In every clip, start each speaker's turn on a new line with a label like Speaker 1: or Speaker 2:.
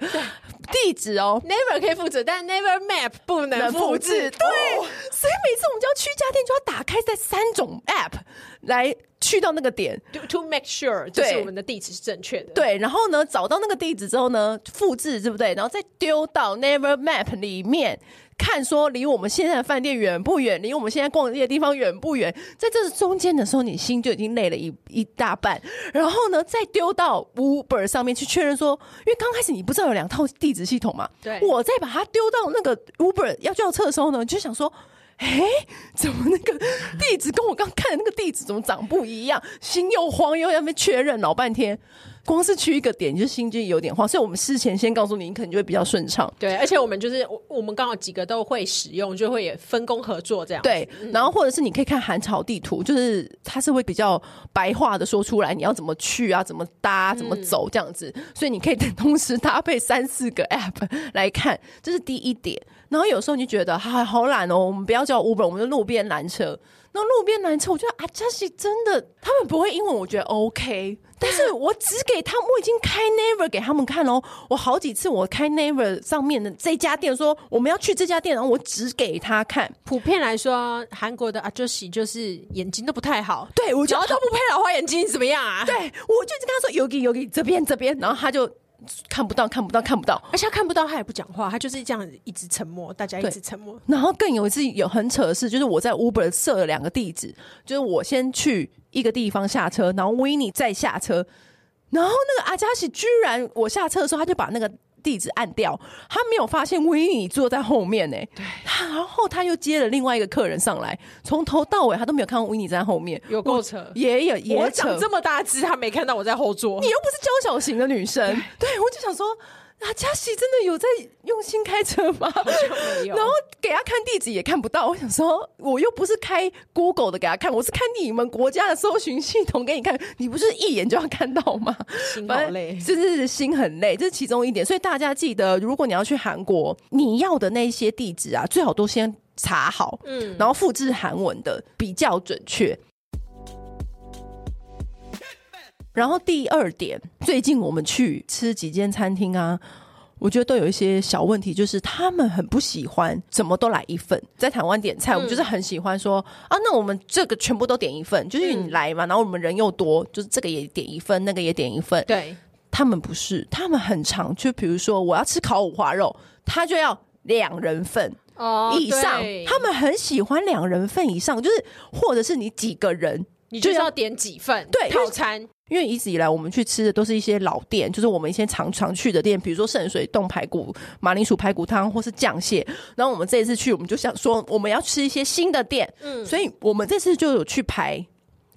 Speaker 1: 地址哦。
Speaker 2: Never 可以复制，但 Never Map 不能复制。
Speaker 1: 对，所以每次我们就要去一家店，就要打开这三种 App 来去到那个点，
Speaker 2: ，to to make sure 就是
Speaker 1: 对
Speaker 2: 我们的地址是正确的。
Speaker 1: 对，然后呢，找到那个地址之后呢，复制，对不对？然后再丢到 Never Map 里面，看说离我们现在的饭店远不远，离我们现在逛街的地方远不远。在这中间的时候，你心就已经累了一一大半，然后呢，再丢到 Uber 上面去确认说，因为刚开始你不知道有两套地址系统嘛，
Speaker 2: 对
Speaker 1: 我再把它丢到那个 Uber 要叫车的时候呢，就想说。哎，怎么那个地址跟我刚看的那个地址怎么长不一样？心又慌，又在那边确认老半天。光是去一个点，你就心就有点慌，所以我们事前先告诉你，你可能就会比较顺畅。
Speaker 2: 对，而且我们就是我，我们刚好几个都会使用，就会也分工合作这样。，
Speaker 1: 对，然后或者是你可以看韩朝地图，就是它是会比较白话的说出来你要怎么去啊，怎么搭，怎么走这样子，所以你可以同时搭配三四个 app 来看，这是第一点。然后有时候你就觉得啊，好懒哦，我们不要叫 Uber，我们就路边拦车。那路边拦车，我觉得啊，这是真的，他们不会英文，我觉得 OK。但是我只给他们，我已经开 Never 给他们看喽。我好几次我开 Never 上面的这家店说我们要去这家店，然后我只给他看，
Speaker 2: 普遍来说，韩国的阿周喜就是眼睛都不太好，
Speaker 1: 对我
Speaker 2: 只
Speaker 1: 就
Speaker 2: 要都不配老花眼睛，怎么样啊？
Speaker 1: 对，，我就一直跟他说 “yogi yogi” 这边这边，然后他就看不到，看不到，看不到。
Speaker 2: 而且他看不到，他也不讲话，他就是这样一直沉默，大家一直沉默。
Speaker 1: 然后更有一次有很扯的事，就是我在 Uber 设了两个地址，就是我先去一个地方下车，然后 w i n n i 再下车，然后那个阿加西居然我下车的时候，他就把那个地址按掉，他没有发现 w i n n i 坐在后面呢、对，然后他又接了另外一个客人上来，从头到尾他都没有看到 w i n n i 在后面，
Speaker 2: 有够扯
Speaker 1: 也有
Speaker 2: 我
Speaker 1: 也扯
Speaker 2: 长这么大只，他没看到我在后座
Speaker 1: 你。又不是娇小型的女生，对我就想说，啊，嘉熙真的有在用心开车吗？
Speaker 2: 没有
Speaker 1: 然后给他看地址也看不到，我想说，我又不是开 Google 的给他看，我是看你们国家的搜寻系统给你看，你不是一眼就要看到吗？
Speaker 2: 心好
Speaker 1: 反
Speaker 2: 累
Speaker 1: 正，是是是，心很累，这是其中一点。所以大家记得，如果你要去韩国，你要的那些地址啊，最好都先查好，嗯，然后复制韩文的比较准确。然后第二点，最近我们去吃几间餐厅啊，我觉得都有一些小问题，就是他们很不喜欢怎么都来一份。在台湾点菜，我们就是很喜欢说、啊，那我们这个全部都点一份，就是你来嘛，然后我们人又多，就是这个也点一份，那个也点一份。
Speaker 2: 对，
Speaker 1: 他们不是，他们很常就比如说我要吃烤五花肉，他就要两人份
Speaker 2: 哦
Speaker 1: 以上，
Speaker 2: 对
Speaker 1: 他们很喜欢两人份以上，就是或者是你几个人。
Speaker 2: 你就是要点几份
Speaker 1: 对
Speaker 2: 套餐，
Speaker 1: 因为一直以来我们去吃的都是一些老店，就是我们以前常常去的店，比如说圣水冻排骨、马铃薯排骨汤或是酱蟹。然后我们这一次去，我们就想说我们要吃一些新的店，
Speaker 2: 嗯
Speaker 1: 所以我们这次就有去排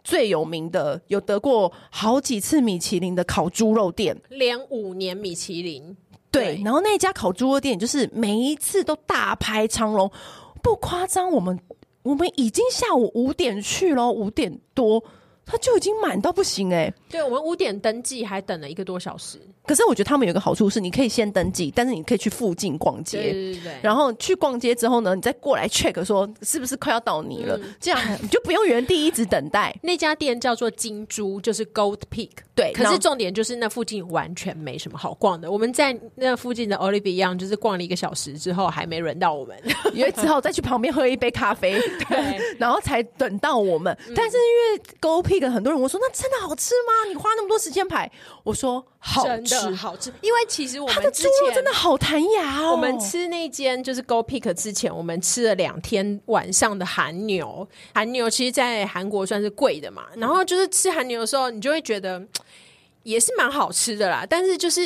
Speaker 1: 最有名的，有得过好几次米其林的烤猪肉店。
Speaker 2: 连五年米其林，
Speaker 1: 对
Speaker 2: 对，
Speaker 1: 然后那一家烤猪肉店就是每一次都大排长龙，不夸张，我们我们已经下午五点去咯，五点多它就已经满到不行哎、
Speaker 2: 对我们五点登记还等了一个多小时，
Speaker 1: 可是我觉得他们有一个好处是，你可以先登记，但是你可以去附近逛街。
Speaker 2: 对对对对，
Speaker 1: 然后去逛街之后呢，你再过来 check 说是不是快要到你了，
Speaker 2: 嗯
Speaker 1: 这样你就不用原地一直等待。
Speaker 2: 那家店叫做金珠，就是 Gold Peak。
Speaker 1: 对
Speaker 2: 可
Speaker 1: 然
Speaker 2: 是
Speaker 1: 后
Speaker 2: 重点就是哎那附近完全没什么好逛的。我们在那附近的 Olivia Young 就是逛了一个小时之后，还没轮到我们。
Speaker 1: 因为只好再去旁边喝一杯咖啡，
Speaker 2: 对嗯
Speaker 1: 然后才等到我们。但是因为 Go Pig 很多人我说那真的好吃吗？你花那么多时间排，我说好
Speaker 2: 真
Speaker 1: 吃，
Speaker 2: 的好吃，因为其实我
Speaker 1: 它
Speaker 2: 们
Speaker 1: 的
Speaker 2: 之
Speaker 1: 猪肉
Speaker 2: 前
Speaker 1: 真的好弹牙哦。
Speaker 2: 我们吃那间就是 Go Pick 之前，我们吃了两天晚上的韩牛。韩牛其实，在韩国算是贵的嘛。然后就是吃韩牛的时候，你就会觉得嘖也是蛮好吃的啦。但是就是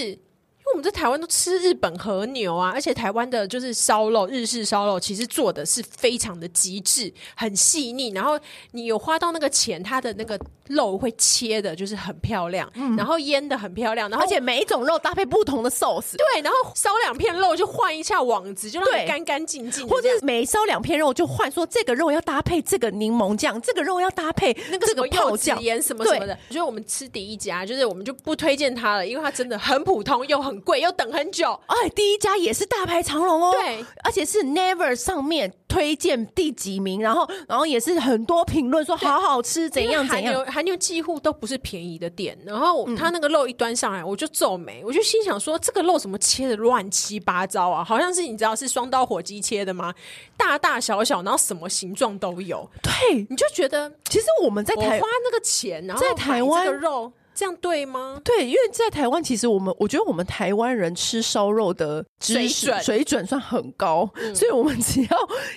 Speaker 2: 因为我们在台湾都吃日本和牛啊，而且台湾的就是烧肉，日式烧肉其实做的是非常的极致，很细腻。然后你有花到那个钱，它的那个肉会切的，就是很漂亮，然后腌的很漂亮，然后
Speaker 1: 而且每一种肉搭配不同的 sauce，
Speaker 2: 对，然后烧两片肉就换一下网子，就让
Speaker 1: 对
Speaker 2: 你干干净净的
Speaker 1: 或
Speaker 2: 这
Speaker 1: 者
Speaker 2: 样，
Speaker 1: 是每烧两片肉就换说这个肉要搭配这个柠檬酱，这个肉要搭配
Speaker 2: 那个
Speaker 1: 这
Speaker 2: 什
Speaker 1: 个
Speaker 2: 么
Speaker 1: 泡
Speaker 2: 柚子
Speaker 1: 酱。
Speaker 2: 盐什么什么的。我觉得我们吃第一家，就是我们就不推荐它了，因为它真的很普通，又很贵，又等很久。
Speaker 1: 哎，第一家也是大排长龙哦，
Speaker 2: 对，
Speaker 1: 而且是 Never 上面推荐第几名，然后然后也是很多评论说好好吃，怎样
Speaker 2: 因为
Speaker 1: 怎
Speaker 2: 韩
Speaker 1: 样。
Speaker 2: 牛韩牛几乎都不是便宜的店，然后它那个肉一端上来，我就皱眉，我就心想说，这个肉怎么切的乱七八糟啊？好像是你知道是双刀火鸡切的吗？大大小小，然后什么形状都有，
Speaker 1: 对，
Speaker 2: 你就觉得哎
Speaker 1: 其实我们在
Speaker 2: 我
Speaker 1: 台
Speaker 2: 花那个钱，然后
Speaker 1: 在台
Speaker 2: 买
Speaker 1: 湾
Speaker 2: 这个肉，这样对吗？
Speaker 1: 对，因为在台湾，其实我们我觉得我们台湾人吃烧肉的知
Speaker 2: 水
Speaker 1: 识
Speaker 2: 准嗯
Speaker 1: 水准算很高，所以我们只要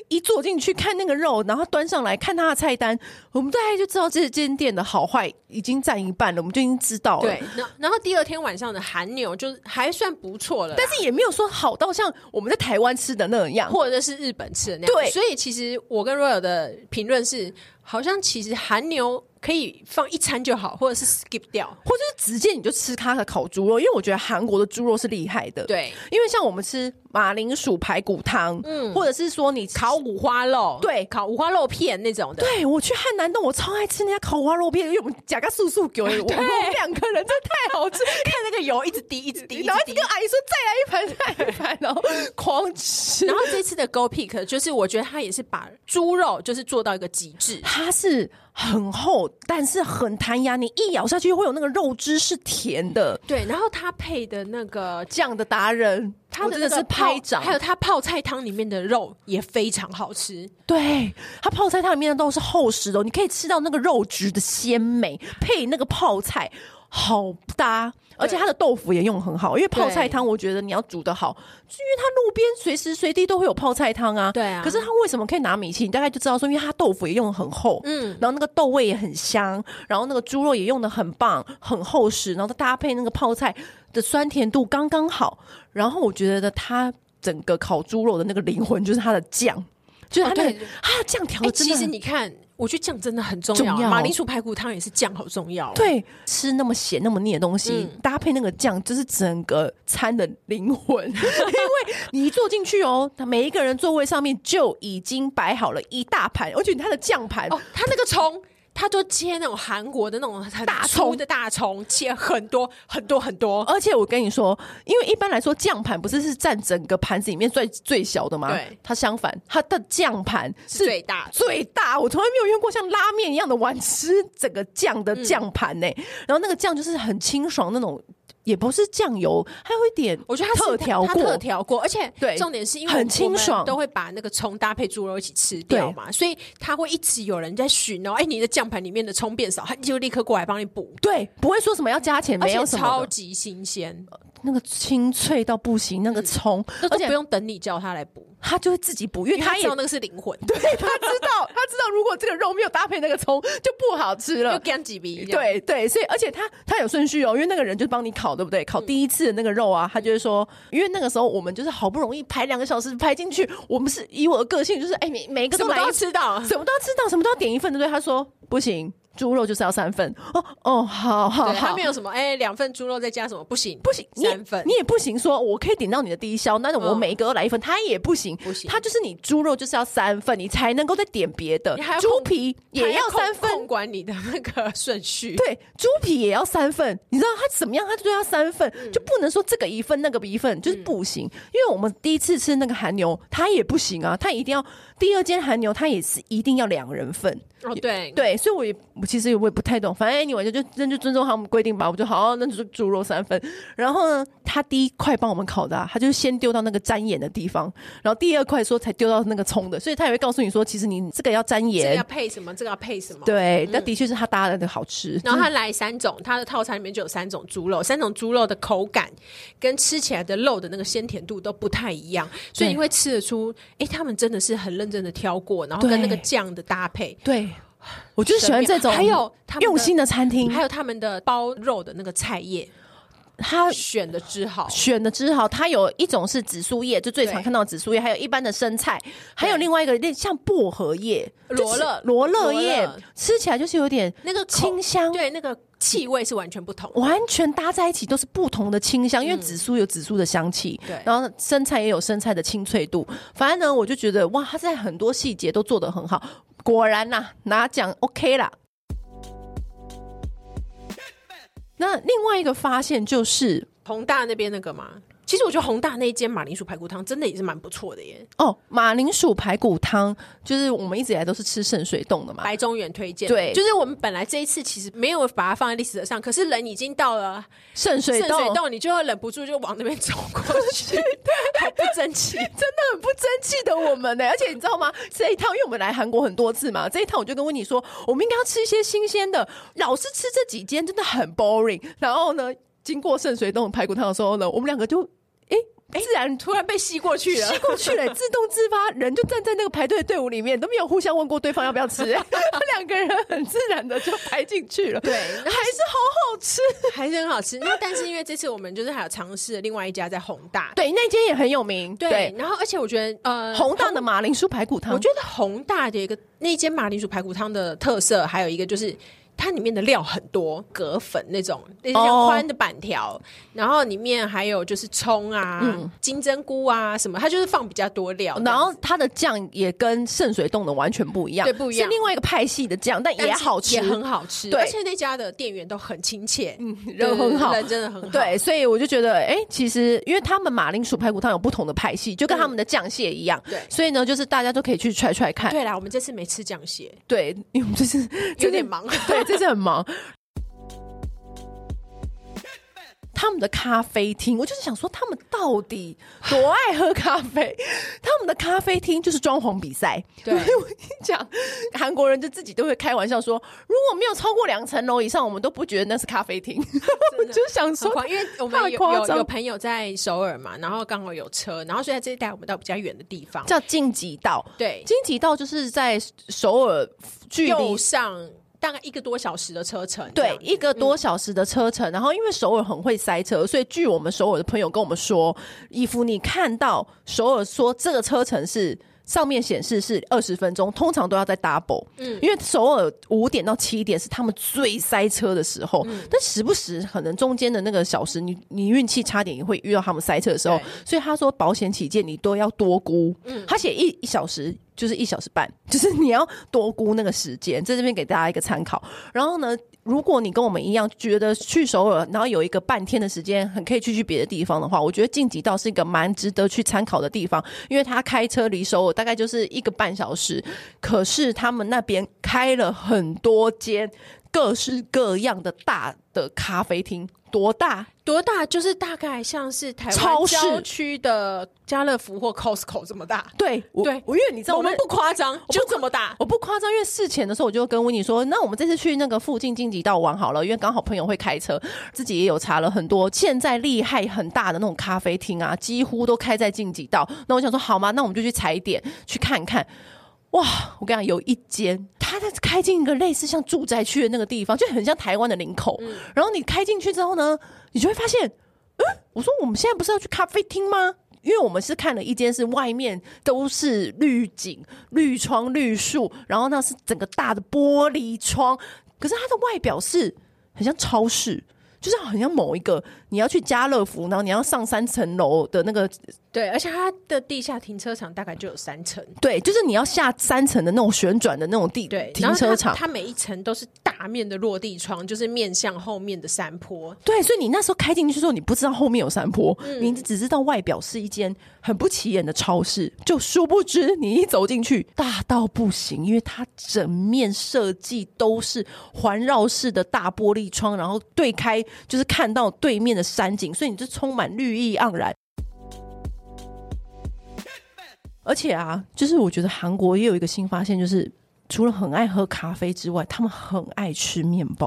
Speaker 1: 一坐进去看那个肉，然后端上来看它的菜单，我们大概就知道这间店的好坏已经占一半了，我们就已经知道了
Speaker 2: 对。，然然后第二天晚上的韩牛就是还算不错了啦，
Speaker 1: 但是也没有说好到像我们在台湾吃的那样，
Speaker 2: 或者是日本吃的那样。
Speaker 1: 对
Speaker 2: 所以其实我跟 Royal 的评论是，好像其实韩牛可以放一餐就好，或者是 skip 掉。
Speaker 1: 或者是直接你就吃它的烤猪肉，因为我觉得韩国的猪肉是厉害的。，
Speaker 2: 对，
Speaker 1: 因为像我们吃马铃薯排骨汤，嗯，或者是说你
Speaker 2: 烤五花肉，
Speaker 1: 对
Speaker 2: 烤五花肉片那种 的。
Speaker 1: 对我去汉南洞，我超爱吃那家烤花肉片，因为我们夹个素素给 我，我我们两个人真的太好吃，
Speaker 2: 看那个油一直滴，一直 滴，一直
Speaker 1: 然后
Speaker 2: 滴
Speaker 1: 就。跟阿姨说再来一盘，再来一盘，然后狂吃
Speaker 2: 然。后这次的 Go Pick 就是，我觉得它也是把猪肉就是做到一个极致，
Speaker 1: 它是很厚，但是很弹牙，你一咬下去会有那个肉汁是甜的。
Speaker 2: 对。然后它配的那个
Speaker 1: 酱的达人，
Speaker 2: 它
Speaker 1: 我
Speaker 2: 的
Speaker 1: 真的
Speaker 2: 那个
Speaker 1: 是拍
Speaker 2: 泡
Speaker 1: 掌，
Speaker 2: 还有它泡菜汤里面的肉也非常好吃。
Speaker 1: 对它泡菜汤里面的都是厚实的哦，你可以吃到那个肉质的鲜美，配那个泡菜好搭，而且它的豆腐也用很好，因为泡菜汤我觉得你要煮的好，是因为它路边随时随地都会有泡菜汤啊。
Speaker 2: 对啊
Speaker 1: 可是它为什么可以拿米其林？你大概就知道说，因为它豆腐也用的很厚，嗯，然后那个豆味也很香，然后那个猪肉也用的很棒，很厚实，然后再搭配那个泡菜的酸甜度刚刚好，然后我觉得它。整个烤猪肉的那个灵魂就是它的酱，就是它那
Speaker 2: 哦
Speaker 1: 个
Speaker 2: 对
Speaker 1: 啊，酱调
Speaker 2: 哎、
Speaker 1: 的真的
Speaker 2: 其
Speaker 1: 很、
Speaker 2: 实你看，我觉得酱真的很重要，啊
Speaker 1: 重要
Speaker 2: 马铃薯排骨汤也是酱好重要。，啊
Speaker 1: 对，吃那么咸那么腻的东西，
Speaker 2: 嗯
Speaker 1: 搭配那个酱，就是整个餐的灵魂。 因为你一坐进去哦，他每一个人座位上面就已经摆好了一大盘，而且它的酱盘
Speaker 2: 哦，它那个葱。它都切那种韩国的那种很
Speaker 1: 大葱
Speaker 2: 粗的大葱，切很多很多很多。
Speaker 1: 而且我跟你说，因为一般来说酱盘不是是占整个盘子里面最最小的吗？
Speaker 2: 对
Speaker 1: 它相反，它的酱盘
Speaker 2: 是
Speaker 1: 是
Speaker 2: 最大的
Speaker 1: 最大，我从来没有用过像拉面一样的碗吃整个酱的酱盘
Speaker 2: 嗯
Speaker 1: 呢。然后那个酱就是很清爽那种，也不是酱油，还有一点，
Speaker 2: 我觉得它是
Speaker 1: 特调
Speaker 2: 它
Speaker 1: 过
Speaker 2: 特调过，而且
Speaker 1: 对
Speaker 2: 重点是因为
Speaker 1: 很
Speaker 2: 我们
Speaker 1: 清爽
Speaker 2: 都会把那个葱搭配猪肉一起吃掉嘛，所以它会一直有人在寻哦，哎，你的酱盘里面的葱变少，他就立刻过来帮你补，
Speaker 1: 对，不会说什么要加钱，
Speaker 2: 而
Speaker 1: 没
Speaker 2: 且
Speaker 1: 有什么
Speaker 2: 超
Speaker 1: 的
Speaker 2: 级新鲜，
Speaker 1: 那个清脆到不行，那个葱，
Speaker 2: 那
Speaker 1: 而
Speaker 2: 都
Speaker 1: 且
Speaker 2: 不用等你叫他来补，
Speaker 1: 他就会自己补，因为
Speaker 2: 因为他
Speaker 1: 他
Speaker 2: 知
Speaker 1: 也
Speaker 2: 道。那个是灵魂，
Speaker 1: 对他知道，他知道如果这个肉没有搭配那个葱就不好吃了
Speaker 2: 就，干几鼻，这样，
Speaker 1: 对对，所以而且他他有顺序哦，因为那个人就帮你烤，对不对？烤
Speaker 2: 嗯
Speaker 1: 第一次的那个肉啊，他就会说，因为那个时候我们就是好不容易排两个小时排进去，我们是以我的个性就是，哎，每每一个
Speaker 2: 什
Speaker 1: 都
Speaker 2: 么
Speaker 1: 来
Speaker 2: 都
Speaker 1: 一
Speaker 2: 要
Speaker 1: 次，
Speaker 2: 吃 到，
Speaker 1: 什么都要吃到，什么都要点一份，对不对？他说不行，猪肉就是要三份。哦哦，好好
Speaker 2: 对，
Speaker 1: 好
Speaker 2: 他没。有什么哎，两份猪肉再加什么不行，
Speaker 1: 不行，你也
Speaker 2: 三份
Speaker 1: 你，也不行说我可以点到你的低消，但是我
Speaker 2: 嗯
Speaker 1: 每一个都来一份，他也不行，
Speaker 2: 不行
Speaker 1: 他就是你猪肉就是要三份，你才能够再点别的
Speaker 2: 你还要，
Speaker 1: 猪
Speaker 2: 控
Speaker 1: 皮
Speaker 2: 他
Speaker 1: 也要
Speaker 2: 控
Speaker 1: 三份，
Speaker 2: 控管你的那个顺序，
Speaker 1: 对，猪皮也要三份，你知道他怎么样？他就对他三份，就不能说这个一份那个一份，就是不行。因为我们第一次吃那个韩牛，他也不行啊，他一定要第二间韩牛，他也是一定要两人份。
Speaker 2: 哦对
Speaker 1: 对，所以我也我其实我也不太懂，反正 anyway 就就那就尊重他们规定吧。我就好、那就是猪肉三份。然后呢，他第一块帮我们烤的、啊，他就先丢到那个沾盐的地方，然后第二块说才丢到那个葱的，所以他也会告诉你说，其实你这个要沾
Speaker 2: 这个
Speaker 1: 盐
Speaker 2: 要。配什么，这个要配什么，
Speaker 1: 对，那的确是他搭的好吃。
Speaker 2: 然后它来三种，它的套餐里面就有三种猪肉，三种猪肉的口感跟吃起来的肉的那个鲜甜度都不太一样，所以你会吃得出，哎，他们真的是很认真的挑过，然后跟那个
Speaker 1: 对
Speaker 2: 酱的搭配，
Speaker 1: 对， 我就是喜欢这种
Speaker 2: 还有他们的
Speaker 1: 用心的餐厅
Speaker 2: 还，有他们的包肉的那个菜叶
Speaker 1: 他。
Speaker 2: 选的之好，
Speaker 1: 选的之好，它有一种是紫苏叶，就最常
Speaker 2: 对
Speaker 1: 看到的紫苏叶，还有一般的生菜，还有另外一个像薄荷叶、
Speaker 2: 罗
Speaker 1: 就
Speaker 2: 勒
Speaker 1: 是罗勒
Speaker 2: 罗
Speaker 1: 叶
Speaker 2: 勒，
Speaker 1: 吃起来就是有点
Speaker 2: 那个口
Speaker 1: 清香，
Speaker 2: 对那个气味是完全不同的。
Speaker 1: 完全搭在一起都是不同的清香，因为紫苏有紫苏的香气，
Speaker 2: 对
Speaker 1: 然后生菜也有生菜的清脆度。反正呢，我就觉得哇，它在很多细节都做得很好，果然呐、拿奖 OK 啦。那另外一个发现就是，
Speaker 2: 宏大那边那个嘛，其实我觉得宏大那一间马铃薯排骨汤真的也是蛮不错的耶，
Speaker 1: 哦，马铃薯排骨汤就是我们一直以来都是吃圣水冻的嘛，
Speaker 2: 白中原推荐。
Speaker 1: 对
Speaker 2: 就是我们本来这一次其实没有把它放在历史上，可是人已经到了
Speaker 1: 圣水
Speaker 2: 圣
Speaker 1: 冻
Speaker 2: 水洞，你就会忍不住就往那边走过 去，好不争气。
Speaker 1: 真的很不争气的我们 呢、而且你知道吗？这一趟，因为我们来韩国很多次嘛，这一趟我就跟温妮说，我们应该要吃一些新鲜的。老是吃这几间真的很 boring。然后呢，经过圣水洞排骨汤的时候呢，我们两个就哎、自然
Speaker 2: 突然被吸过去了，
Speaker 1: 吸过去 了，自动自发，人就站在那个排队的队伍里面，都没有互相问过对方要不要 吃、两个人很自然的就排进去了。
Speaker 2: 对
Speaker 1: 还是好好吃。
Speaker 2: 还是很好吃。那但是因为这次我们就是还有尝试另外一家在宏大，
Speaker 1: 对，那间也很有名。
Speaker 2: 对，，然后而且我觉得呃
Speaker 1: 宏大的马铃薯排骨汤，
Speaker 2: 我觉得宏大的一个那间马铃薯排骨汤的特色，还有一个就是它里面的料很多，葛粉那种，那些像
Speaker 1: 哦
Speaker 2: 宽的板条，然后里面还有就是葱啊、金针菇啊什么，它就是放比较多料。
Speaker 1: 嗯哦然后它的酱也跟圣水洞的完全不一样，
Speaker 2: 对不一样
Speaker 1: 是另外一个派系的酱，但
Speaker 2: 但
Speaker 1: 也
Speaker 2: 是
Speaker 1: 好吃，
Speaker 2: 也很好吃。
Speaker 1: 对
Speaker 2: 而且那家的店员都很亲 切，嗯，
Speaker 1: 人很 好
Speaker 2: 人真的很好。
Speaker 1: 对，所以我就觉得，哎、其实因为他们马铃薯排骨汤有不同的派系，就跟他们的酱蟹一样，
Speaker 2: 对
Speaker 1: 所以呢，就是大家都可以去揣揣看，
Speaker 2: 对啦，我们这次没吃酱 蟹，
Speaker 1: 对，因为我们这 是
Speaker 2: 有点，忙。
Speaker 1: 这 对，这是很忙。他们的咖啡厅，我就是想说，他们到 底多爱喝咖啡？他们的咖啡厅就是装潢比赛，
Speaker 2: 对，
Speaker 1: 讲韩国人就自己都会开玩笑说，如果没有超过两层楼以上，我们都不觉得那是咖啡厅。我就想
Speaker 2: 很
Speaker 1: 说，
Speaker 2: 夸因为我们有
Speaker 1: 太夸
Speaker 2: 有
Speaker 1: 张
Speaker 2: 有朋友在首尔嘛，然后刚好有车，然后所以他这次带我们到比较远的地方。
Speaker 1: 叫晋级道，
Speaker 2: 对，
Speaker 1: 晋级道就是在首尔距
Speaker 2: 右
Speaker 1: 离。
Speaker 2: 上大概一个多小时的车程，
Speaker 1: 对，一
Speaker 2: 嗯
Speaker 1: 个多小时的车程，然后因为首尔很会塞车，所以据我们首尔的朋友跟我们说，伊芙你看到首尔说这个车程是上面显示是二十分钟，通常都要在 double，嗯，因为首尔五点到七点是他们最塞车的时候，
Speaker 2: 嗯
Speaker 1: 但时不时可能中间的那个小时，你你运气差点也会遇到他们塞车的时候
Speaker 2: 对，
Speaker 1: 所以他说保险起见，你都要多估，
Speaker 2: 嗯
Speaker 1: 他写一一小时。就是一小时半，就是你要多估那个时间，在这边给大家一个参考。然后呢，如果你跟我们一样觉得去首尔，然后有一个半天的时间，很可以去去别的地方的话，我觉得晋级道是一个蛮值得去参考的地方，因为它开车离首尔大概就是一个半小时，可是他们那边开了很多间各式各样的大的咖啡厅，多大？
Speaker 2: 多大？就是大概像是台
Speaker 1: 超
Speaker 2: 湾
Speaker 1: 市
Speaker 2: 郊区的家乐福或 Costco 这么大。
Speaker 1: 对，我
Speaker 2: 对
Speaker 1: 我因为你知道
Speaker 2: 我们不夸张，就这么大。
Speaker 1: 我不夸张，因为事前的时候我就跟温妮说，那我们这次去那个附近晋级道玩好了，因为刚好朋友会开车，自己也有查了很多现在厉害很大的那种咖啡厅啊，几乎都开在晋级道。那我想说，好吗？那我们就去踩点去看看。哇，我跟你讲，有一间，它在开进一个类似像住宅区的那个地方，就很像台湾的林口。然后你开进去之后呢，你就会发现，嗯，我说我们现在不是要去咖啡厅吗？因为我们是看了一间是外面都是绿景、绿窗、绿树，然后那是整个大的玻璃窗，可是它的外表是很像超市，就是好像某一个你要去家乐福，然后你要上三层楼的那个
Speaker 2: 对，而且它的地下停车场大概就有三层。
Speaker 1: 对，就是你要下三层的那种旋转的那种地
Speaker 2: 对，
Speaker 1: 停车场
Speaker 2: 然后它。它每一层都是大面的落地窗，就是面向后面的山坡。
Speaker 1: 对，所以你那时候开进去的时候，你不知道后面有山坡，你只知道外表是一间很不起眼的超市，就殊不知你一走进去，大到不行，因为它整面设计都是环绕式的大玻璃窗，然后对开就是看到对面的山景，所以你就充满绿意盎然。而且啊，就是我觉得韩国也有一个新发现，就是除了很爱喝咖啡之外，他们很爱吃面包。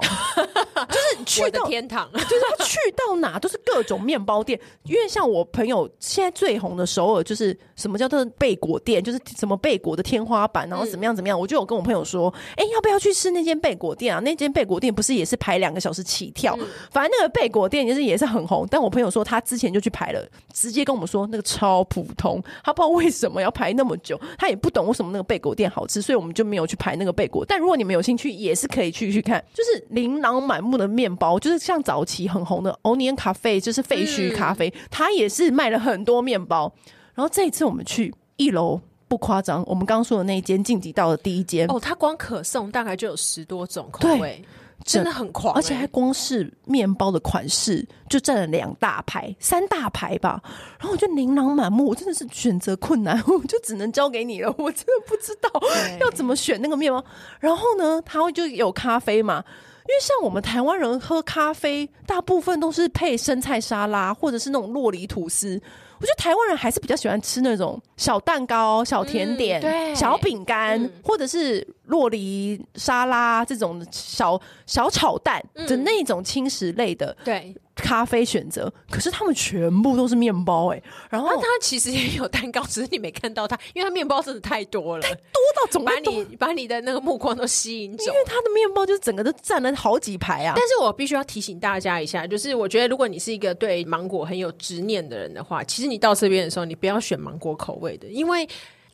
Speaker 1: 就是
Speaker 2: 我
Speaker 1: 去
Speaker 2: 的
Speaker 1: 到
Speaker 2: 天堂，
Speaker 1: 就是他去到哪都是各种面包店，因为像我朋友现在最红的首尔就是什么叫做贝果店，就是什么贝果的天花板，然后怎么样怎么样，我就有跟我朋友说，哎、要不要去吃那间贝果店啊？那间贝果店不是也是排两个小时起跳，反正那个贝果店也是也是很红，但我朋友说他之前就去排了，直接跟我们说那个超普通，他不知道为什么要排那么久，他也不懂为什么那个贝果店好吃，所以我们就没有去排那个贝果。但如果你们有兴趣，也是可以去去看，就是琳琅满目的面包，就是像早期很红的 Onion Cafe，就是废墟咖啡，它也是卖了很多面包。然后这一次我们去一楼。不夸张，我们刚刚说的那一间晋级到的第一间，
Speaker 2: 哦，它光可颂大概就有十多种口
Speaker 1: 对
Speaker 2: 味，真的很狂欸、
Speaker 1: 而且还光是面包的款式就占了两大排、三大排吧，然后我就琳琅满目，我真的是选择困难， 我就只能交给你了，我真的不知道
Speaker 2: 对
Speaker 1: 要怎么选那个面包。然后呢，它就有咖啡嘛。因为像我们台湾人喝咖啡，大部分都是配生菜沙拉或者是那种洛梨吐司。我觉得台湾人还是比较喜欢吃那种小蛋糕、小甜点、
Speaker 2: 嗯对
Speaker 1: 小饼干，或者是洛梨沙拉这种小小炒蛋的那种轻食类的
Speaker 2: 对，
Speaker 1: 咖啡选择。可是他们全部都是面包哎、然后
Speaker 2: 那啊它其实也有蛋糕，只是你没看到它，因为它面包真的太多了，
Speaker 1: 多到总
Speaker 2: 把
Speaker 1: 会多，因
Speaker 2: 你把你的那个目光都吸引走。
Speaker 1: 为他的面包就是整个都占了好几排啊。
Speaker 2: 但是我必须要提醒大家一下，就是我觉得如果你是一个对芒果很有执念的人的话，其实你到这边的时候，你不要选芒果口味的，因为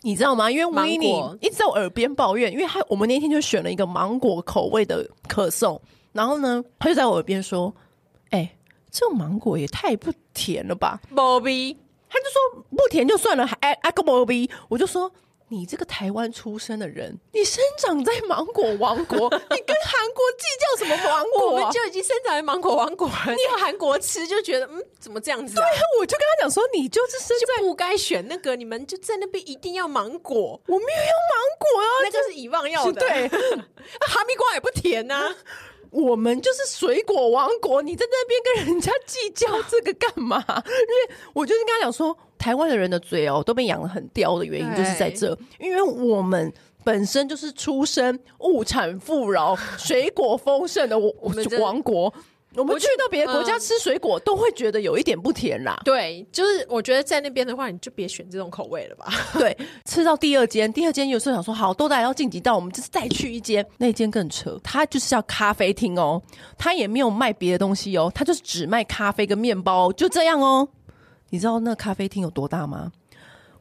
Speaker 1: 你知道吗？因为维尼
Speaker 2: 芒果
Speaker 1: 一直在我耳边抱怨，因为他我们那天就选了一个芒果口味的可颂，然后呢，他就在我耳边说：“哎、这芒果也太不甜了吧！”
Speaker 2: Bobby
Speaker 1: 他就说不甜就算了，还哎阿个毛逼，我就说。你这个台湾出生的人，你生长在芒果王国，你跟韩国计较什么芒
Speaker 2: 我
Speaker 1: 果、啊？
Speaker 2: 们就已经生长在芒果王 国了，你有韩国吃就觉得嗯，怎么这样子、啊？
Speaker 1: 但我就跟他讲说，你就是生在
Speaker 2: 就不该选那个，你们就在那边一定要芒果，
Speaker 1: 我没有要
Speaker 2: 那个是以忘药
Speaker 1: 芒
Speaker 2: 的。
Speaker 1: 果啊，对，
Speaker 2: 哈密瓜也不甜啊呐、
Speaker 1: 我们就是水果王国，你在那边跟人家计较这个干嘛？ 因为我就是跟他讲说，台湾的人的嘴哦都被养得很刁的原因
Speaker 2: 对
Speaker 1: 就是在这，因为我们。本身就是出身物产富饶、水果丰盛的我我
Speaker 2: 们真的
Speaker 1: 王国，我们去到别的国家
Speaker 2: 嗯
Speaker 1: 吃水果，都会觉得有一点不甜啦。
Speaker 2: 对，就是我觉得在那边的话，你就别选这种口味 了吧。
Speaker 1: 对，吃到第二间，第二间有时候想说好，都大要晋级到，我们就是再去一间，那一间更扯，它就是叫咖啡厅哦，它也没有卖别的东西哦，它就是只卖咖啡跟面包哦、就这样哦。你知道那咖啡厅有多大吗？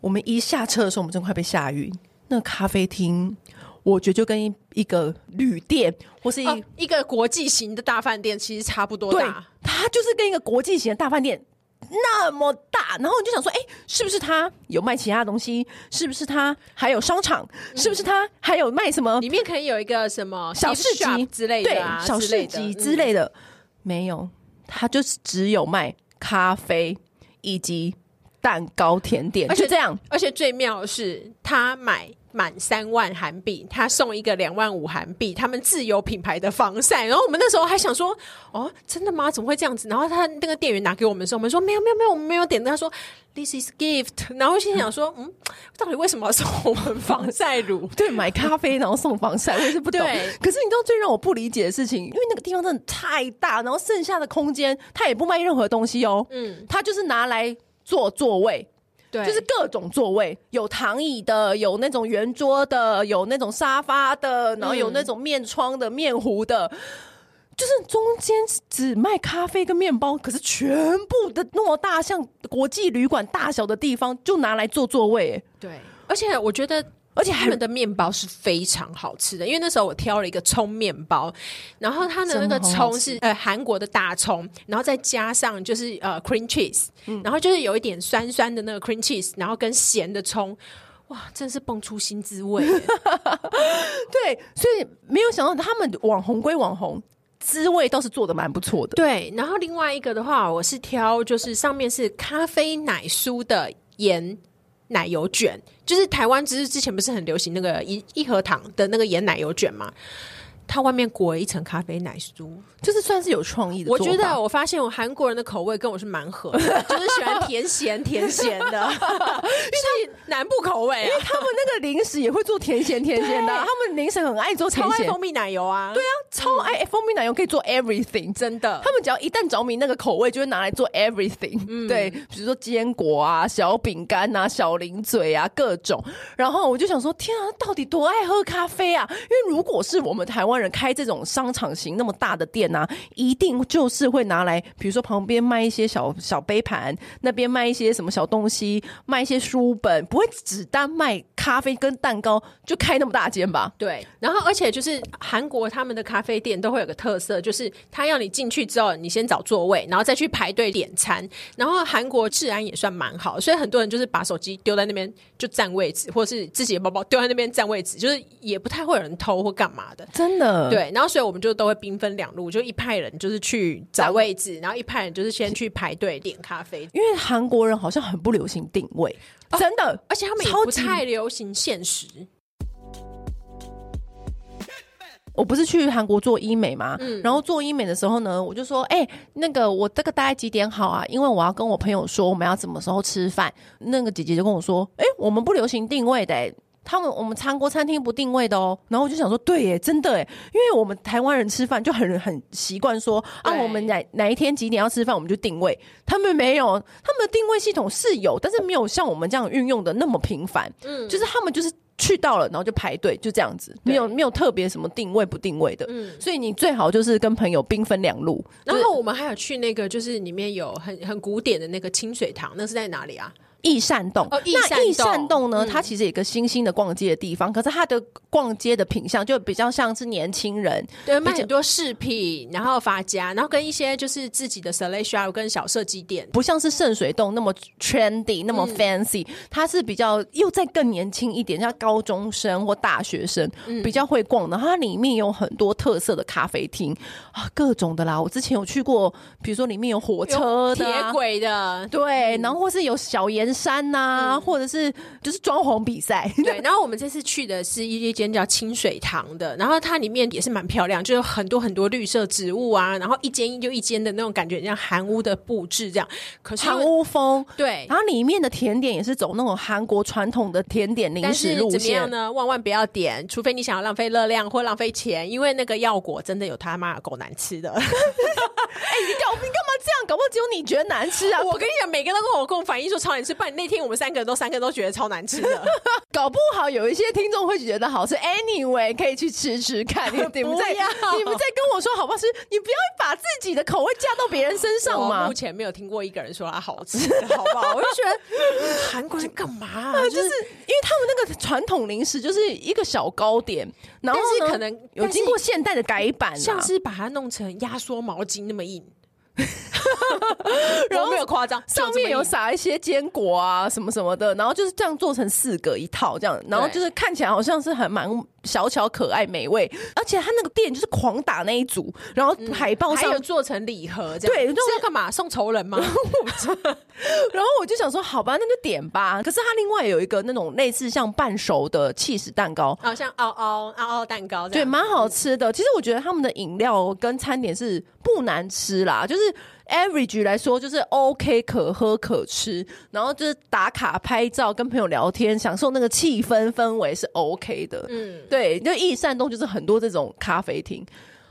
Speaker 1: 我们一下车的时候，我们真快被吓晕。那个咖啡厅，我觉得就跟一一个旅店或是一、
Speaker 2: 哦一个国际型的大饭店其实差不多
Speaker 1: 对
Speaker 2: 大，，
Speaker 1: 它就是跟一个国际型的大饭店那么大，然后你就想说，哎、是不是它有卖其他东西？是不是它还有商场？是不是它还有卖什么
Speaker 2: 里面可能有一个什么
Speaker 1: 小市
Speaker 2: gift
Speaker 1: 集
Speaker 2: shop 之类的、啊，
Speaker 1: 对，小市集之
Speaker 2: 的
Speaker 1: 类的，没有，它就是只有卖咖啡以及蛋糕甜点，
Speaker 2: 而且
Speaker 1: 就这样
Speaker 2: 嗯。而且最妙的是，他买满三万韩币，他送一个两万五韩币，他们自有品牌的防晒。然后我们那时候还想说，哦，真的吗？怎么会这样子？然后他那个店员拿给我们的时候，我们说没有没有没有，我们没有点。他说 This is gift。然后心想说，嗯，到底为什么要送我们防晒乳？
Speaker 1: 对，买咖啡然后送防晒，我也是不懂。
Speaker 2: 对
Speaker 1: 可是你知道最让我不理解的事情，因为那个地方真的太大，然后剩下的空间他也不卖任何东西哦，
Speaker 2: 嗯，
Speaker 1: 他就是拿来做座位，
Speaker 2: 对
Speaker 1: 就是各种座位，有躺椅的，有那种圆桌的，有那种沙发的，然后有那种面窗的、面糊的，就是中间只卖咖啡跟面包，可是全部的偌大像国际旅馆大小的地方，就拿来做座位、欸
Speaker 2: 对，而且我觉得。
Speaker 1: 而且
Speaker 2: 他
Speaker 1: 还
Speaker 2: 们的面包是非常好吃的，因为那时候我挑了一个葱面包，然后它的那个
Speaker 1: 真的好好
Speaker 2: 葱是呃韩国的大葱，然后再加上就是呃 cream cheese，、然后
Speaker 1: 嗯
Speaker 2: 就是有一点酸酸的那个 cream cheese，然后跟咸的葱，哇，真是蹦出新 滋味耶！
Speaker 1: 对，所以没有想到他们网红归网红，滋味倒是做的蛮不错的。
Speaker 2: 对，然后另外一个的话，我是挑就是上面是咖啡奶酥的盐奶油卷，就是台湾之之前不是很流行那个一一盒糖的那个盐奶油卷嘛，它外面裹了一层咖啡奶酥，
Speaker 1: 就是算是有创意的
Speaker 2: 我
Speaker 1: 做法。
Speaker 2: 觉 得我发现我韩国人的口味跟我是蛮合的，就是喜欢甜咸甜咸的， 是南部口味啊，
Speaker 1: 他们那个零食也会做甜咸甜咸的啊、他们零食很爱做甜
Speaker 2: 超爱
Speaker 1: 咸，
Speaker 2: 蜂蜜奶油啊，对啊，
Speaker 1: 超爱哎蜂蜜奶油可以做 everything。
Speaker 2: 真的
Speaker 1: 他。们只要一旦着迷那个口味，就会拿来做 everything、对，比如说坚果啊、小饼干啊、小零嘴啊，各种。然后我就想说，天啊，到底多爱喝咖啡啊？因为如果是我们台湾人开这种商场型那么大的店啊，一定就是会拿来，比如说旁边卖一些小小杯盘，那边卖一些什么小东西，卖一些书本，不会只单卖咖啡跟蛋糕就开那么大间吧？
Speaker 2: 对，然后而且就是韩国他们的咖啡店都会有个特色，就是他要你进去之后，你先找座位，然后再去排队点餐。然后韩国治安也算蛮好，所以很多人就是把手机丢在那边就占位置，或是自己的包包丢在那边占位置，就是也不太会有人偷或干嘛的。
Speaker 1: 真的，
Speaker 2: 对，然后所以我们就都会兵分两路，就一派人就是去找位置，然后一派人就是先去排队点咖啡，
Speaker 1: 因为韩国人好像很不流行定位，真的。
Speaker 2: 而且他们也
Speaker 1: 超
Speaker 2: 不
Speaker 1: 级
Speaker 2: 太流行限时。
Speaker 1: 我不是去韩国做医美嘛，然后做医美的时候呢，我就说，哎、那个我这个大概几点好啊？因为我要跟我朋友说我们要什么时候吃饭。那个姐姐就跟我说，哎、我们不流行定位的、哎他们我们韩国餐厅不定位的哦。然后我就想说，对耶，真的耶，因为我们台湾人吃饭就很很习惯说啊，
Speaker 2: 对
Speaker 1: 我们哪哪一天几点要吃饭，我们就定位。他们没有，他们的定位系统是有，但是没有像我们这样运用的那么频繁。
Speaker 2: 嗯
Speaker 1: 就是他们就是去到了，然后就排队，就这样子，没有没有特别什么定位不定位的。
Speaker 2: 嗯
Speaker 1: 所以你最好就是跟朋友兵分两路。
Speaker 2: 然
Speaker 1: 就是
Speaker 2: 后我们还有去那个，就是里面有很很古典的那个清水堂，那是在哪里啊？
Speaker 1: 益善洞，
Speaker 2: 哦益善
Speaker 1: 那
Speaker 2: 洞
Speaker 1: 益善洞呢，
Speaker 2: 嗯
Speaker 1: 它其实有一个新兴的逛街的地方，可是它的逛街的品相就比较像是年轻人，
Speaker 2: 对，
Speaker 1: 比
Speaker 2: 卖
Speaker 1: 较
Speaker 2: 很多饰品，然后发夹，然后跟一些就是自己的 select shop 跟小设计店。
Speaker 1: 不像是圣水洞那么 trendy 那么
Speaker 2: 嗯
Speaker 1: fancy，、它是比较又再更年轻一点，像高中生或大学生、
Speaker 2: 嗯
Speaker 1: 比较会逛的。它里面有很多特色的咖啡厅啊，各种的啦。我之前有去过，比如说里面有火车
Speaker 2: 有
Speaker 1: 的
Speaker 2: 嗯铁
Speaker 1: 啊、
Speaker 2: 轨嗯的，
Speaker 1: 对，然后或是有小岩山呐、
Speaker 2: 嗯
Speaker 1: 或者是就是装潢比 赛，
Speaker 2: 对，然后我们这次去的是一间叫清水堂的，然后它里面也是蛮漂亮，就有很多很多绿色植物啊，然后一间又一间的那种感觉，像韩屋的布置这样。可是因为
Speaker 1: 长屋风。
Speaker 2: 对，
Speaker 1: 然后里面的甜点也是走那种韩国传统的甜点零
Speaker 2: 但
Speaker 1: 食
Speaker 2: 是
Speaker 1: 路
Speaker 2: 怎么
Speaker 1: 线
Speaker 2: 样，呢？万万不要点，除非你想要浪费热量或 浪费钱，因为那个药果真的有他妈的够难吃的。
Speaker 1: 你干你干嘛这样，搞不好只有你觉得难吃啊！
Speaker 2: 我跟你讲，每个人都跟我跟我反映说超难吃，不然那天我们三个人都三个人都觉得超难吃 的。
Speaker 1: 搞不好有一些听众会觉得好吃，anyway 可以去吃吃 看。你你们在
Speaker 2: 不要
Speaker 1: 你们在跟我说好不好吃，你不要把自己的口味加到别人身上
Speaker 2: 我
Speaker 1: 嘛
Speaker 2: 目。前没有听过一个人说它好吃，好不好？我就 觉得韩国人干嘛啊、
Speaker 1: 啊，
Speaker 2: 就
Speaker 1: 就是
Speaker 2: 是。
Speaker 1: 因为他们那个传统零食就是一个小糕点，然后呢
Speaker 2: 但是可能
Speaker 1: 有经过现代的改版、啊，
Speaker 2: 像是把它弄成压缩毛巾那么 硬，
Speaker 1: 然后
Speaker 2: 我没有夸张，就这么
Speaker 1: 上面有
Speaker 2: 硬
Speaker 1: 撒一些坚果啊什么什么的，然后就是这样做成四个一套这样，然后就是看起来好像是很蛮小巧可爱美味，而且它那个店就是狂打那一组，然后
Speaker 2: 嗯
Speaker 1: 海报
Speaker 2: 还
Speaker 1: 上
Speaker 2: 有做成礼盒这样，
Speaker 1: 对就是
Speaker 2: 是要干嘛送仇 人吗？
Speaker 1: 然后我就想说，好吧，那就点吧。可是它另外有一个那种类似像半熟的 cheese 蛋糕，
Speaker 2: 好啊像凹凹凹凹蛋糕这
Speaker 1: 对，
Speaker 2: 样，
Speaker 1: 蛮好吃的。其实我觉得他们的饮料跟餐点是不难吃啦，就是 average 来说就是 OK 可喝可吃，然后就是打卡拍照、跟朋友聊天、享受那个气氛氛围是 OK 的。嗯，对，就益善东就是很多这种咖啡厅。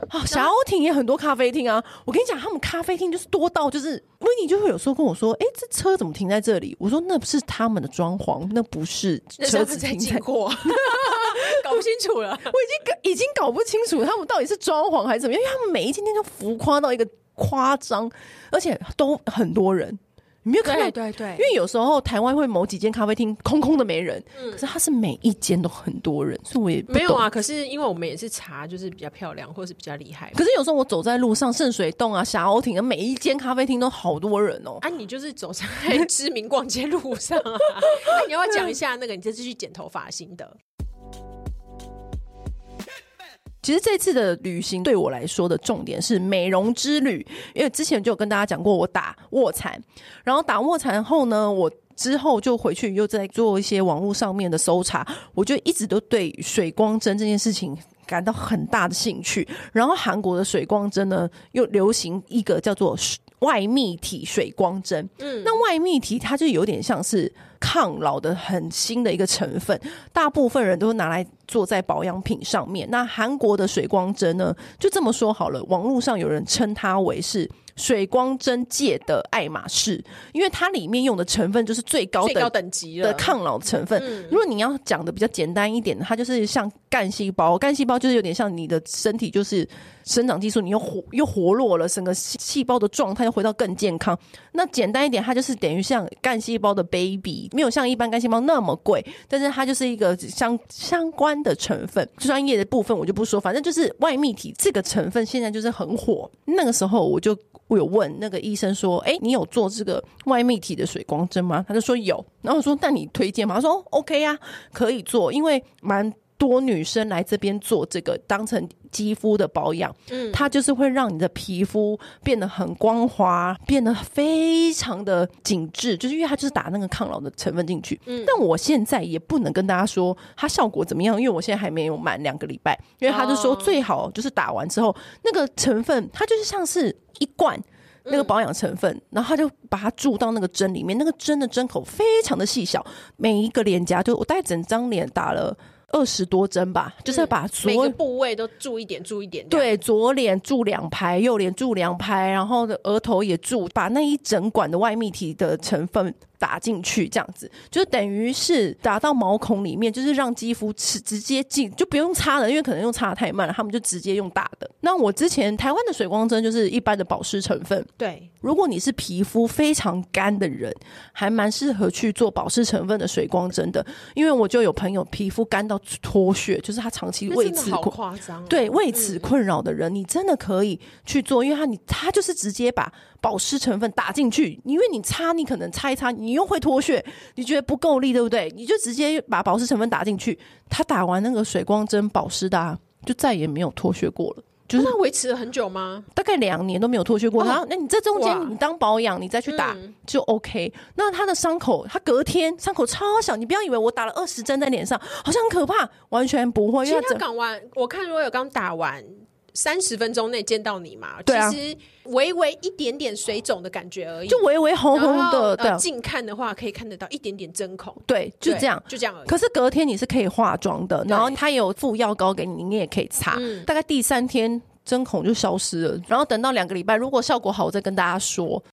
Speaker 1: 啊，小欧亭也很多咖啡厅啊！我跟你讲，他们咖啡厅就是多到就是，维尼就会有时候跟我说：“哎、这车怎么停在这里？”我说：“那不是他们的装潢，那不是
Speaker 2: 那
Speaker 1: 车
Speaker 2: 车
Speaker 1: 子
Speaker 2: 子
Speaker 1: 停
Speaker 2: 在
Speaker 1: 在
Speaker 2: 经 过， 搞不清楚了。
Speaker 1: 我已经搞已经搞不清楚他们到底是装潢还是怎么样，因为他们每一间店都浮夸到一个夸张，而且都很多人。你没有看到？
Speaker 2: 对对
Speaker 1: 因为有时候台湾会某几间咖啡厅空空的没人，可是它是每一间都很多人，所以我也不
Speaker 2: 嗯没有
Speaker 1: 懂。
Speaker 2: 啊，可是因为我们也是查，就是比较漂亮或是比较厉害。
Speaker 1: 可是有时候我走在路上，圣水洞啊、霞欧亭啊，每一间咖啡厅都好多人哦。
Speaker 2: 啊，你就是走在知名逛街路 上啊，那、你要不要讲一下那个你这次去剪头发的心得？
Speaker 1: 其实这次的旅行对我来说的重点是美容之旅，因为之前就有跟大家讲过我打卧蚕，然后打卧蚕后呢，我之后就回去又在做一些网络上面的搜查，我就一直都对水光针这件事情。感到很大的兴趣，然后韩国的水光针呢，又流行一个叫做外泌体水光针。嗯，那外泌体它就有点像是抗老的很新的一个成分，大部分人都是拿来做在保养品上面。那韩国的水光针呢，就这么说好了，网络上有人称它为是水光针界的爱马仕，因为它里面用的成分就是最高
Speaker 2: 最
Speaker 1: 等
Speaker 2: 高等级
Speaker 1: 的
Speaker 2: 了，
Speaker 1: 抗老成分。如果你要讲的比较简单一点，它就是像干细胞，干细胞就是有点像你的身体就是生长激素，你又活又活络了，整个细细胞的状态又回到更健康。那简单一点，它就是等于像干细胞的 baby，没有像一般干细胞那么贵，但是它就是一个相相关的成分。专业的部分我就不说，反正就是外泌体这个成分现在就是很火。那个时候我就我有问那个医生说：“哎、你有做这个外泌体的水光针吗？”他就说有，然后我说：“那你推荐吗？”他说哦：“OK 啊，可以做，因为蛮。”多女生来这边做这个当成肌肤的保养，它就是会让你的皮肤变得很光滑，变得非常的紧致，就是因为它就是打那个抗老的成分进去。但我现在也不能跟大家说它效果怎么样，因为我现在还没有满两个礼拜。因为他就说
Speaker 2: 哦
Speaker 1: 最好就是打完之后，那个成分它就是像是一罐。那个保养成分，然后他就把它注到那个针里面，那个针的针口非常的细小，每一个脸颊就我大概整张脸打了二十多针吧，就是要把所
Speaker 2: 每
Speaker 1: 有
Speaker 2: 个部位都注一点，注一点。，
Speaker 1: 对，左脸注两排，右脸注两排，然后的额头也注，把那一整管的外泌体的成分打进去，这样子就等于是打到毛孔里面，就是让肌肤直直接进，就不用擦了，因为可能用擦的太慢了，他们就直接用打的。那我之前台湾的水光针就是一般的保湿成分，
Speaker 2: 对，
Speaker 1: 如果你是皮肤非常干的人，还蛮适合去做保湿成分的水光针的，因为我就有朋友皮肤干到脱屑，就是他长期
Speaker 2: 那
Speaker 1: 为
Speaker 2: 真的
Speaker 1: 此
Speaker 2: 好
Speaker 1: 苦。
Speaker 2: 夸张、哦。
Speaker 1: 对为此困扰的人，你真的可以去做，因为它你它就是直接把保湿成分打进去，因为你擦你可能擦一擦，你又会脱屑，你觉得不够力，对不对？你就直接把保湿成分打进去，它打完那个水光针保湿的、啊，就再也没有脱屑过 了。就是
Speaker 2: 那维持了很久吗？
Speaker 1: 大概两年都没有脱屑过，
Speaker 2: 哦
Speaker 1: 然后那你这中
Speaker 2: 哇
Speaker 1: 间你当保养，你再去打就 OK。那他的伤口，他隔天伤口超小，你不要以为我打了二十针在脸上，好像很可怕，完全不会，
Speaker 2: 其
Speaker 1: 因为
Speaker 2: 实
Speaker 1: 它
Speaker 2: 他
Speaker 1: 整
Speaker 2: 港完，我看如果有刚打完。三十分钟内见到你嘛？
Speaker 1: 对啊
Speaker 2: 其实微微一点点水肿的感觉而已，
Speaker 1: 就微微红红
Speaker 2: 然后
Speaker 1: 的，
Speaker 2: 呃
Speaker 1: 对啊
Speaker 2: 近看的话可以看得到一点点针孔，
Speaker 1: 对，就
Speaker 2: 对
Speaker 1: 这样。
Speaker 2: 就这样而已。
Speaker 1: 可是隔天你是可以化妆的，
Speaker 2: 对嗯
Speaker 1: 然后它也有附药膏给你，你也可以擦。大概第三天针孔就消失了。然后等到两个礼拜，如果效果好，我再跟大家说。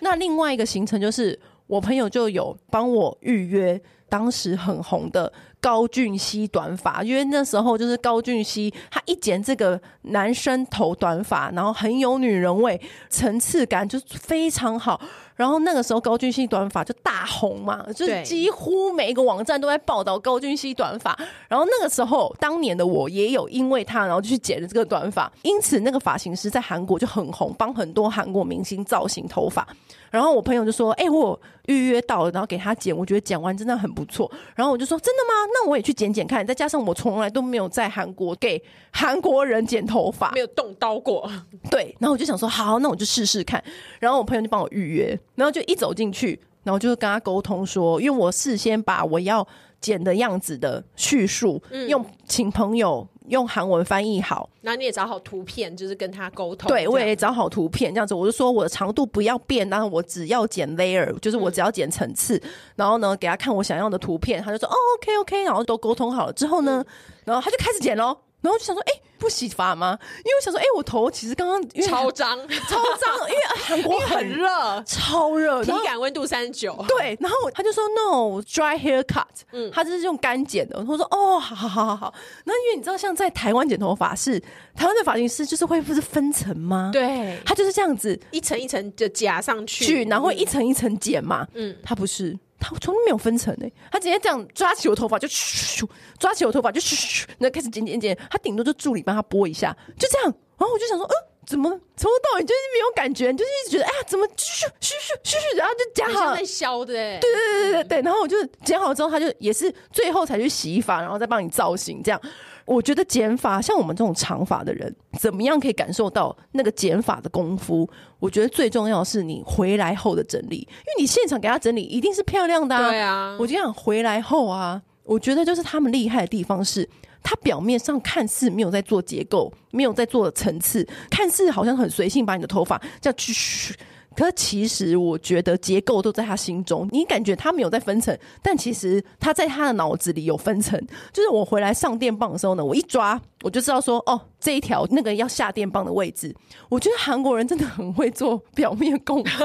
Speaker 1: 那另外一个行程就是，我朋友就有帮我预约当时很红的高俊熙短发，因为那时候就是高俊熙，他一剪这个男生头短发，然后很有女人味，层次感就非常好。然后那个时候高俊熙短发就大红嘛，就是
Speaker 2: 对
Speaker 1: 几乎每一个网站都在报道高俊熙短发。然后那个时候，当年的我也有因为他，然后就去剪了这个短发，因此那个发型师在韩国就很红，帮很多韩国明星造型头发。然后我朋友就说：“哎、我有预约到了，然后给他剪，我觉得剪完真的很不错。”然后我就说：“真的吗？那我也去剪剪看。”再加上我从来都没有在韩国给韩国人剪头发
Speaker 2: 没，有动刀过，
Speaker 1: 对。然后我就想说：“好，那我就试试看。”然后我朋友就帮我预约，然后就一走进去，然后就跟他沟通说：“因为我事先把我要剪的样子的叙述，用请朋友用韩文翻译好，
Speaker 2: 然后你也找好图片，就是跟他沟通。
Speaker 1: 对，我
Speaker 2: 这
Speaker 1: 也
Speaker 2: 样
Speaker 1: 找好图片，这样子我就说我的长度不要变，然后我只要剪 layer，就是我只要剪层次，然后呢给他看我想要的图片，他就说哦 OK OK，然后都沟通好了之后呢，然后他就开始剪喽。然后我就想说，哎、不洗发吗？因为我想说，哎、我头其实刚刚因为
Speaker 2: 超张，
Speaker 1: 超脏，因为韩国
Speaker 2: 我很
Speaker 1: 很
Speaker 2: 热，
Speaker 1: 超热，
Speaker 2: 体
Speaker 1: 然后
Speaker 2: 感温度三十九。
Speaker 1: 对，然后我他就说 no dry haircut，嗯，他就是用干剪的。我说哦，好好好好好。那因为你知道，像在台湾剪头发是台湾的发型师就是会不是分层吗？，
Speaker 2: 对，
Speaker 1: 他就是这样子
Speaker 2: 一层一层就夹上去，
Speaker 1: 去，然后一层一层剪嘛。嗯
Speaker 2: 嗯，
Speaker 1: 他不是，他从来没有分层诶、他直接这样抓起我头发就咻咻咻，抓起我头发就咻咻咻，那开始剪剪剪。他顶多就助理帮他拨一下，就这样。然后我就想说，嗯。怎么从头到尾就是没有感觉，你就是一直觉得哎呀，怎么咻咻咻咻咻，然后就夹
Speaker 2: 很
Speaker 1: 好
Speaker 2: 像
Speaker 1: 了
Speaker 2: 在，削的、欸。
Speaker 1: 对对对对对，然后我就剪好之后，他就也是最后才去洗发，然后再帮你造型这样。我觉得剪发像我们这种长发的人，怎么样可以感受到那个剪发的功夫？我觉得最重要的是你回来后的整理，因为你现场给他整理一定是漂亮的、啊。
Speaker 2: 对啊，
Speaker 1: 我就想回来后啊，我觉得就是他们厉害的地方是，他表面上看似没有在做结构，没有在做层次，看似好像很随性把你的头发这样去。嘘可其实，我觉得结构都在他心中。你感觉他没有在分层，但其实他在他的脑子里有分层。就是我回来上电棒的时候呢，我一抓我就知道说，哦，这一条那个要下电棒的位置。我觉得韩国人真的很会做表面功 夫，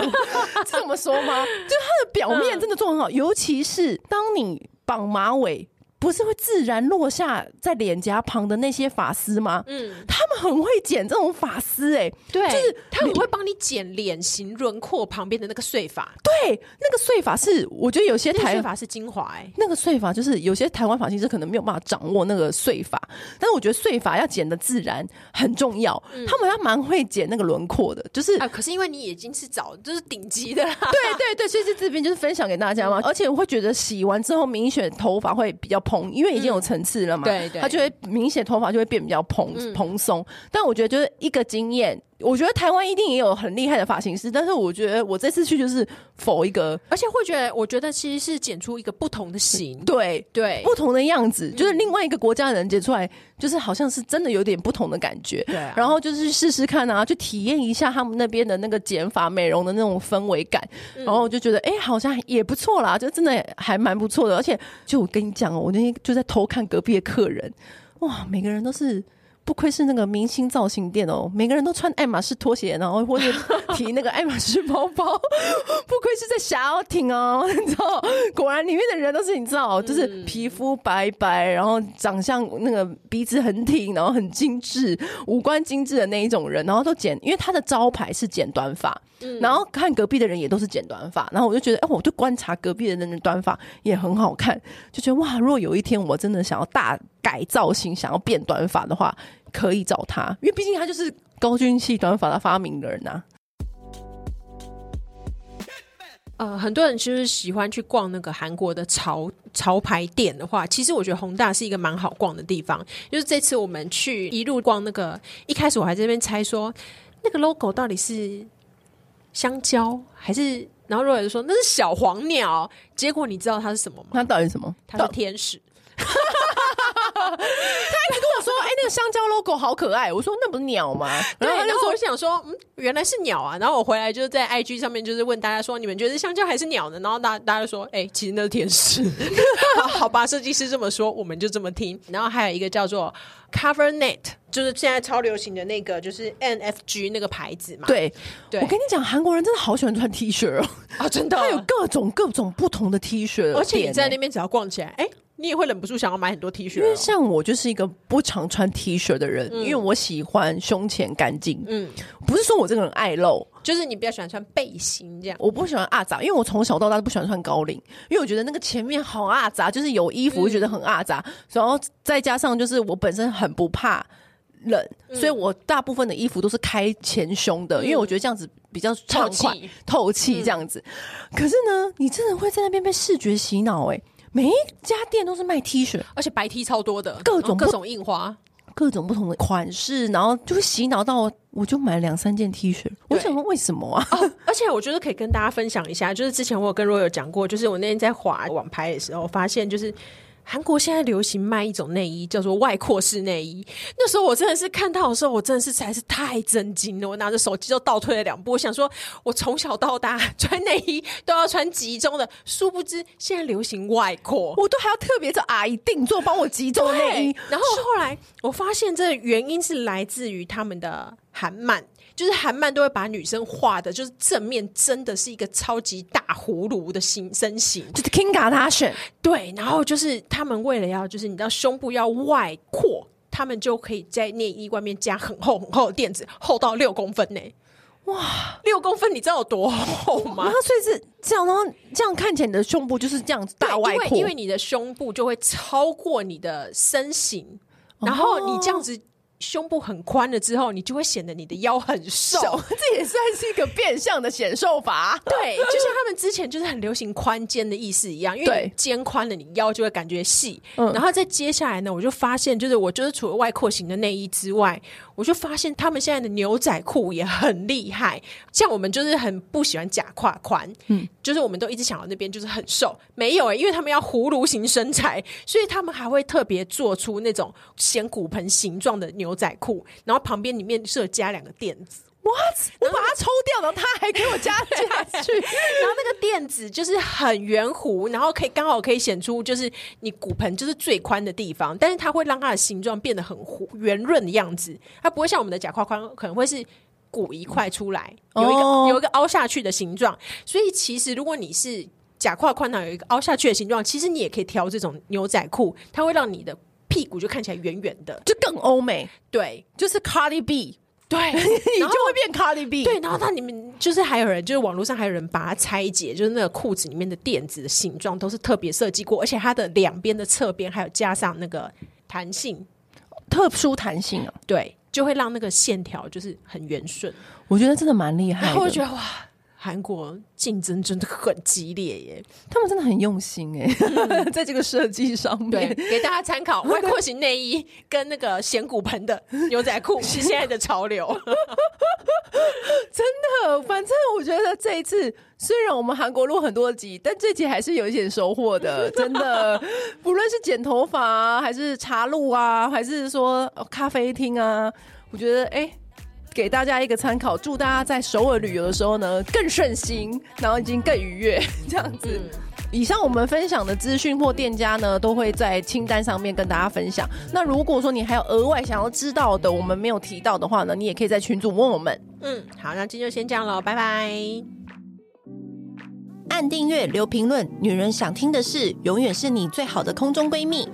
Speaker 1: 这么说吗？就是他的表面真的做很好，尤其是当你绑马尾，不是会自然落下在脸颊旁的那些发丝吗？
Speaker 2: 嗯，
Speaker 1: 他们很会剪这种发丝、欸，哎，
Speaker 2: 对，
Speaker 1: 就是
Speaker 2: 他很会帮你剪脸型轮廓旁边的那个碎发，
Speaker 1: 对，那个碎发是我觉得有些
Speaker 2: 那个
Speaker 1: 台
Speaker 2: 碎发是精华、欸，
Speaker 1: 那个碎发就是有些台湾发型师可能没有办法掌握那个碎发，但是我觉得碎发要剪的自然很重要，他们要蛮会剪那个轮廓的，就是
Speaker 2: 嗯啊，可是因为你已经是找就是顶级 的啦，
Speaker 1: 对对对，所以在这边就是分享给大家
Speaker 2: 嗯
Speaker 1: 嘛。而且我会觉得洗完之后明显头发会比较蓬，因为已经有层次了嘛，
Speaker 2: 嗯对嗯对
Speaker 1: 它就会明显头发就会变比较蓬、蓬松。但我觉得就是一个经验。我觉得台湾一定也有很厉害的发型师，但是我觉得我这次去就是否一个
Speaker 2: 而且会觉得，我觉得其实是剪出一个不同的型，
Speaker 1: 对
Speaker 2: 对嗯
Speaker 1: 不同的样子，就是另外一个国家的人剪出来，就是好像是真的有点不同的感觉。
Speaker 2: 对啊
Speaker 1: 然后就是去试试看啊，去体验一下他们那边的那个剪法、美容的那种氛围感。
Speaker 2: 嗯
Speaker 1: 然后我就觉得，哎、好像也不错啦，就真的还蛮不错的。而且，就我跟你讲哦，我那天就在偷看隔壁的客人，哇，每个人都是。不愧是那个明星造型店哦，每个人都穿爱马仕拖鞋，然后或者提那个爱马仕包包， 不愧是在霞奥挺哦，你知道，果然里面的人都是你知
Speaker 2: 嗯
Speaker 1: 道，就是皮肤白白，然后长相那个鼻子很挺，然后很精致，五官精致的那一种人，然后都剪，因为他的招牌是剪短发，
Speaker 2: 嗯
Speaker 1: 然后看隔壁的人也都是剪短发，然后我就觉得，哎、我就观察隔壁的人的短发也很好看，就觉得哇，如果有一天我真的想要大改造型，想要变短发的话，可以找他，因为毕竟他就是高军系短发的发明人啊呐、
Speaker 2: 呃，很多人其实喜欢去逛那个韩国的潮潮牌店的话，其实我觉得宏大是一个蛮好逛的地方。就是这次我们去一路逛那个，一开始我还在那边猜说那个 logo 到底是香蕉还是，然后若人说那是小黄鸟，结果你知道它是什么吗？
Speaker 1: 哦那到底是什么？
Speaker 2: 它是
Speaker 1: 到
Speaker 2: 天使。
Speaker 1: 我说，哎、那个个香蕉 logo 好可爱。”我说：“那不是鸟吗？”
Speaker 2: 对，
Speaker 1: 然后他
Speaker 2: 然
Speaker 1: 就
Speaker 2: 后
Speaker 1: 说
Speaker 2: 我想说，嗯，原来是鸟啊。然后我回来就是在 IG 上面就是问大家说，你们觉得香蕉还是鸟呢？然后大大家就说，哎、其实那是天 使。好好吧，设计师这么说，我们就这么听。然后还有一个叫做 CoverNet，就是现在超流行的那个，就是 NFG 那个牌子嘛。
Speaker 1: 对，
Speaker 2: 对
Speaker 1: 我跟你讲，韩国人真的好喜欢穿 T 恤哦，
Speaker 2: 啊、真的，
Speaker 1: 他有各种各种不同的 T 恤，
Speaker 2: 而且你在
Speaker 1: 那
Speaker 2: 那。啊边只要逛起来，哎、你也会忍不住想要买很多 T 恤、
Speaker 1: 因
Speaker 2: 哦
Speaker 1: 为像我就是一个不常穿 T 恤的人，因为我喜欢胸前干净。
Speaker 2: 嗯
Speaker 1: 嗯，不是说我这个人爱露，
Speaker 2: 就是你比较喜欢穿背心这样。
Speaker 1: 我不喜欢阿杂，因为我从小到大都不喜欢穿高领，因为我觉得那个前面好阿杂，就是有衣服会觉得很阿
Speaker 2: 嗯
Speaker 1: 杂，然后再加上就是我本身很不怕冷，
Speaker 2: 嗯
Speaker 1: 所以我大部分的衣服都是开前胸的，因为我觉得这样子比较畅快
Speaker 2: 透嗯气、
Speaker 1: 透气这样子。可是呢，你真的会在那边被视觉洗脑哎、每一家店都是卖 T 恤，
Speaker 2: 而且白 T 超多的，
Speaker 1: 各种
Speaker 2: 然后各
Speaker 1: 不
Speaker 2: 种印花，
Speaker 1: 各种不同的款式，然后就会洗脑到我，我就买两三件 T 恤。我想问为什么啊？
Speaker 2: 而且我觉得可以跟大家分享一下，就是之前我有跟若有讲过，就是我那天在滑网拍的时候，发现就是韩国现在流行卖一种内衣，叫做外扩式内衣。那时候我真的是看到的时候，我真的是才是太震惊了，我拿着手机就倒退了两步，我想说，我从小到大穿内衣都要穿集中的，殊不知现在流行外扩。
Speaker 1: 我都还要特别找阿姨定做帮我集中内衣
Speaker 2: 对，然后后来我发现，这原因是来自于他们的韩漫，就是韩漫都会把女生画的，就是正面真的是一个超级大葫芦的形身形。
Speaker 1: 就是 King Kardashian，
Speaker 2: 对，然后就是他们为了要，就是你知道胸部要外扩。他们就可以在内衣外面加很厚很厚的垫子，厚到六公分呢、哇，六公分，你知道有多厚吗？
Speaker 1: 然后所以是这样，然后这样看起来你的胸部就是这样子大外扩，
Speaker 2: 对因为因为你的胸部就会超过你的身形，
Speaker 1: 哦
Speaker 2: 然后你这样子胸部很宽了之后，你就会显得你的腰很瘦。
Speaker 1: 手 这也算是一个变相的显瘦法。
Speaker 2: 对，就像他们之前就是很流行宽肩的意思一样，因为你
Speaker 1: 对
Speaker 2: 肩宽了，你腰就会感觉细。
Speaker 1: 嗯
Speaker 2: 然后再接下来呢，我就发现，就是我就是除了外扩型的内衣之外，我就发现他们现在的牛仔裤也很厉害。像我们就是很不喜欢假胯宽，嗯，就是我们都一直想要那边就是很瘦，没有、欸，因为他们要葫芦型身材，所以他们还会特别做出那种显骨盆形状的牛仔裤，然后旁边里面设加两个垫子。
Speaker 1: What？我把它抽掉，然后他还给我加下去。
Speaker 2: 然后那个垫子就是很圆弧，然后可以刚好可以显出就是你骨盆就是最宽的地方，但是它会让它的形状变得很弧圆润的样子，它不会像我们的假胯宽可能会是。鼓一块出来，有一个、
Speaker 1: 哦
Speaker 2: 有一个凹下去的形状，所以其实如果你是假胯宽呢，有一个凹下去的形状，其实你也可以挑这种牛仔裤，它会让你的屁股就看起来圆圆的。
Speaker 1: 就更欧美，
Speaker 2: 对
Speaker 1: 就是 Cardi B，
Speaker 2: 对，
Speaker 1: 你就
Speaker 2: 然后
Speaker 1: 会变 Cardi B。
Speaker 2: 对，然后他你们就是还有人，就是网络上还有人把它拆解，就是那个裤子里面的垫子的形状都是特别设计过，而且它的两边的侧边还有加上那个弹性，
Speaker 1: 特殊弹性啊，
Speaker 2: 对，就会让那个线条就是很圆顺。
Speaker 1: 我觉得真的蛮厉害
Speaker 2: 然后我
Speaker 1: 的。
Speaker 2: 就觉得哇，韩国竞争真的很激烈耶。
Speaker 1: 他们真的很用心哎、 在这个设计上
Speaker 2: 对
Speaker 1: 面，。
Speaker 2: 给大家参考，外扩型内衣跟那个显骨盆的牛仔裤是现在的潮流。
Speaker 1: 呃，反正我觉得这一次虽然我们韩国录很多集，但这集还是有一点收获的，真的。不论是剪头发、啊，还是茶路啊，还是说、呃咖啡厅啊，我觉得哎。给大家一个参考，祝大家在首尔旅游的时候呢更顺心，然后已经更愉悦 这样子。以上我们分享的资讯或店家呢，都会在清单上面跟大家分享。那如果说你还有额外想要知道的，我们没有提到的话呢，你也可以在群组问我们。
Speaker 2: 嗯，好，那今天就先这样喽，拜拜。
Speaker 3: 按订阅，留评论，女人想听的事，永远是你最好的空中闺蜜。